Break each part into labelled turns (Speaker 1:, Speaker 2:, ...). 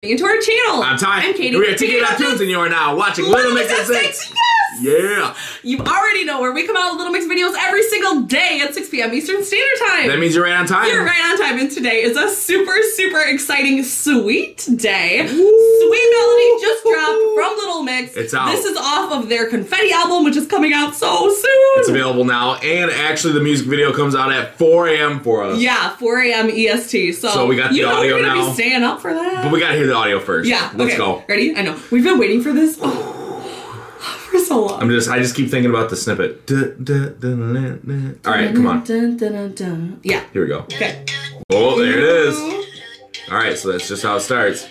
Speaker 1: into our channel.
Speaker 2: I'm Ty.
Speaker 1: I'm Katie.
Speaker 2: We are TK Tunes, and you are now watching Little Mix at Six.
Speaker 1: Yes!
Speaker 2: Yeah.
Speaker 1: You already know where we come out with Little Mix videos every single day at 6 p.m. Eastern Standard Time.
Speaker 2: That means you're right on time.
Speaker 1: You're right on time, and today is a super, super exciting, sweet day. Sweet Melody just dropped from Little Mix.
Speaker 2: It's out.
Speaker 1: This is off of their Confetti album, which is coming out so soon.
Speaker 2: It's available now, and actually, the music video comes out at 4 a.m. for us.
Speaker 1: yeah, 4 a.m. EST. E So,
Speaker 2: So we got
Speaker 1: you
Speaker 2: the
Speaker 1: know
Speaker 2: audio
Speaker 1: we're gonna
Speaker 2: now.
Speaker 1: Be staying up for that.
Speaker 2: But we gotta hear the audio first.
Speaker 1: yeah.
Speaker 2: Let's
Speaker 1: okay.
Speaker 2: go.
Speaker 1: Ready? I know we've been waiting for this oh, for so long.
Speaker 2: I'm just, I just keep thinking about the snippet. Dun, dun, dun, dun, dun. All right, come on.
Speaker 1: Dun, dun, dun, dun. Yeah.
Speaker 2: Here we go.
Speaker 1: Okay.
Speaker 2: Oh, there it is. All right, so that's just how it starts.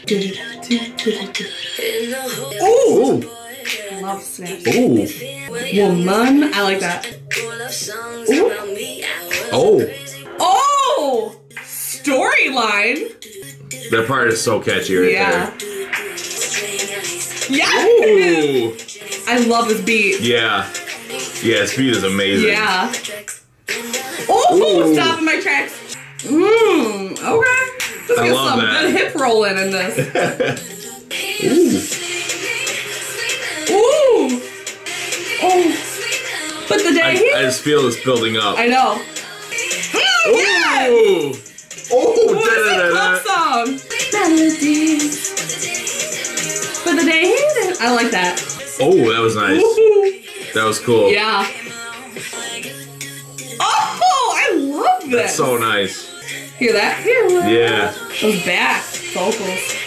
Speaker 2: Ooh.
Speaker 1: Love snap.
Speaker 2: Ooh.
Speaker 1: Woman. I like that.
Speaker 2: Oh.
Speaker 1: Oh! Storyline.
Speaker 2: That part is so catchy right
Speaker 1: Yeah. Yeah.
Speaker 2: there. Ooh.
Speaker 1: I love this beat.
Speaker 2: Yeah. Yeah, speed is amazing.
Speaker 1: Yeah. Oh,
Speaker 2: Ooh.
Speaker 1: stop in my tracks. Mmm. Okay. Just
Speaker 2: I
Speaker 1: get
Speaker 2: love
Speaker 1: some
Speaker 2: that.
Speaker 1: good hip rolling in this. Ooh. Oh. But the day
Speaker 2: I,
Speaker 1: here.
Speaker 2: I just feel this building up.
Speaker 1: I know. Mm, yeah!
Speaker 2: Ooh. Oh,
Speaker 1: What is that
Speaker 2: da-da-da-da.
Speaker 1: pop song? Melodies. For the day. I like that.
Speaker 2: Oh, that was nice.
Speaker 1: Ooh.
Speaker 2: That was cool.
Speaker 1: Yeah. Oh, I love this.
Speaker 2: That's so nice.
Speaker 1: Hear that? Hear that?
Speaker 2: Yeah.
Speaker 1: Those back vocals.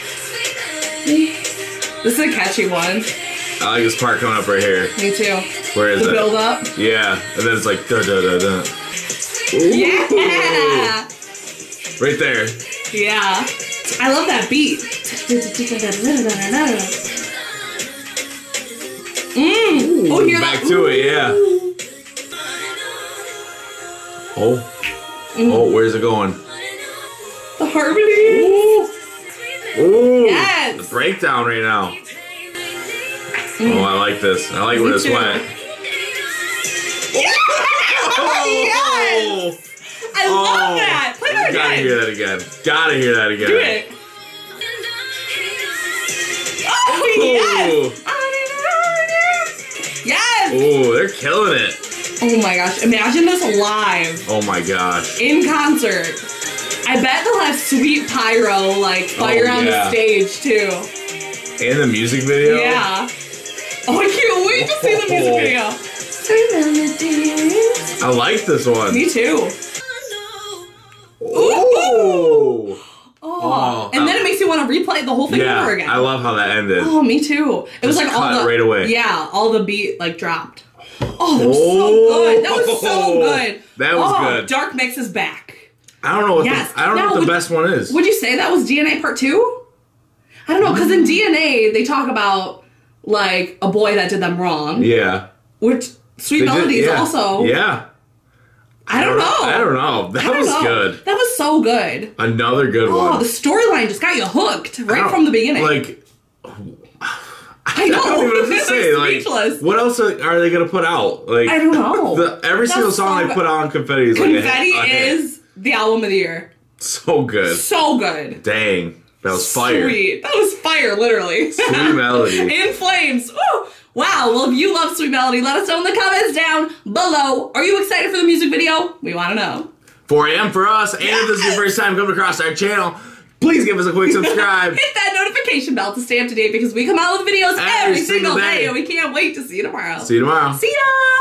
Speaker 1: This is a catchy one.
Speaker 2: I like this part coming up right here.
Speaker 1: Me too.
Speaker 2: Where is
Speaker 1: The
Speaker 2: it?
Speaker 1: build up.
Speaker 2: Yeah. And then it's like da da da da.
Speaker 1: Yeah.
Speaker 2: Right there.
Speaker 1: Yeah. I love that beat. Mm. Mmm. Oh, hear
Speaker 2: Back
Speaker 1: that?
Speaker 2: to it, yeah. Oh.
Speaker 1: Mm-hmm.
Speaker 2: Oh, where's it going?
Speaker 1: The harmony.
Speaker 2: Ooh.
Speaker 1: Yes.
Speaker 2: The breakdown right now. Oh, I like this. I like where
Speaker 1: Me
Speaker 2: this
Speaker 1: too.
Speaker 2: went.
Speaker 1: yes.
Speaker 2: Oh.
Speaker 1: I love that. Play that
Speaker 2: Gotta
Speaker 1: again.
Speaker 2: hear that again. Gotta hear that again.
Speaker 1: Do it. Oh, yes. Yes.
Speaker 2: Oh, they're killing it.
Speaker 1: Oh my gosh. Imagine this live
Speaker 2: Oh my gosh.
Speaker 1: in concert. I bet they'll have sweet pyro, like fire
Speaker 2: Oh,
Speaker 1: on
Speaker 2: yeah.
Speaker 1: the stage too.
Speaker 2: And the music video.
Speaker 1: Yeah. Oh, I can't wait to see the
Speaker 2: Oh.
Speaker 1: music video.
Speaker 2: I like this one.
Speaker 1: Me too.
Speaker 2: Ooh.
Speaker 1: Oh.
Speaker 2: Oh,
Speaker 1: and then
Speaker 2: I-
Speaker 1: it makes you want to replay the whole thing
Speaker 2: Yeah,
Speaker 1: over again.
Speaker 2: I love how that ended.
Speaker 1: Oh, me too. It was
Speaker 2: Just
Speaker 1: like all
Speaker 2: cut
Speaker 1: the
Speaker 2: right away.
Speaker 1: Yeah, all the beat like dropped. Oh, that was so good. That was so
Speaker 2: Oh,
Speaker 1: good.
Speaker 2: that was
Speaker 1: oh,
Speaker 2: good.
Speaker 1: Dark Mix is back.
Speaker 2: I don't know what
Speaker 1: Yes.
Speaker 2: the, I don't
Speaker 1: Now,
Speaker 2: know what the
Speaker 1: would-
Speaker 2: best one is.
Speaker 1: Would you say that was DNA part two? I don't know, because in DNA they talk about like a boy that did them wrong,
Speaker 2: yeah.
Speaker 1: which Sweet
Speaker 2: They did-
Speaker 1: Melodies
Speaker 2: yeah.
Speaker 1: also.
Speaker 2: Yeah.
Speaker 1: I don't know.
Speaker 2: I don't know. That
Speaker 1: I don't
Speaker 2: was
Speaker 1: know.
Speaker 2: good.
Speaker 1: That was so good.
Speaker 2: Another good
Speaker 1: Oh,
Speaker 2: one.
Speaker 1: the storyline just got you hooked
Speaker 2: I
Speaker 1: right
Speaker 2: don't-
Speaker 1: from the beginning.
Speaker 2: Like
Speaker 1: I
Speaker 2: I
Speaker 1: know.
Speaker 2: don't even know what to
Speaker 1: I'm
Speaker 2: say. Like
Speaker 1: speechless.
Speaker 2: what else are are they gonna put out? Like
Speaker 1: I don't know.
Speaker 2: The, every
Speaker 1: That
Speaker 2: single song
Speaker 1: song-
Speaker 2: they put out on confetti is like a hit-
Speaker 1: Confetti
Speaker 2: a hit.
Speaker 1: is the album of the year.
Speaker 2: so good.
Speaker 1: So good.
Speaker 2: Dang, that was fire.
Speaker 1: Sweet. That was fire, literally.
Speaker 2: Sweet melody.
Speaker 1: In flames. Ooh. Wow. Well, if you love Sweet Melody, let us know in the comments down below. Are you excited for the music video? We want to know.
Speaker 2: 4 a.m. for us. And if this is your first time coming across our channel, please give us a quick subscribe.
Speaker 1: Hit that notification bell to stay up to date because we come out with videos every, single day. and we can't wait to see you tomorrow.
Speaker 2: See you tomorrow.
Speaker 1: See ya!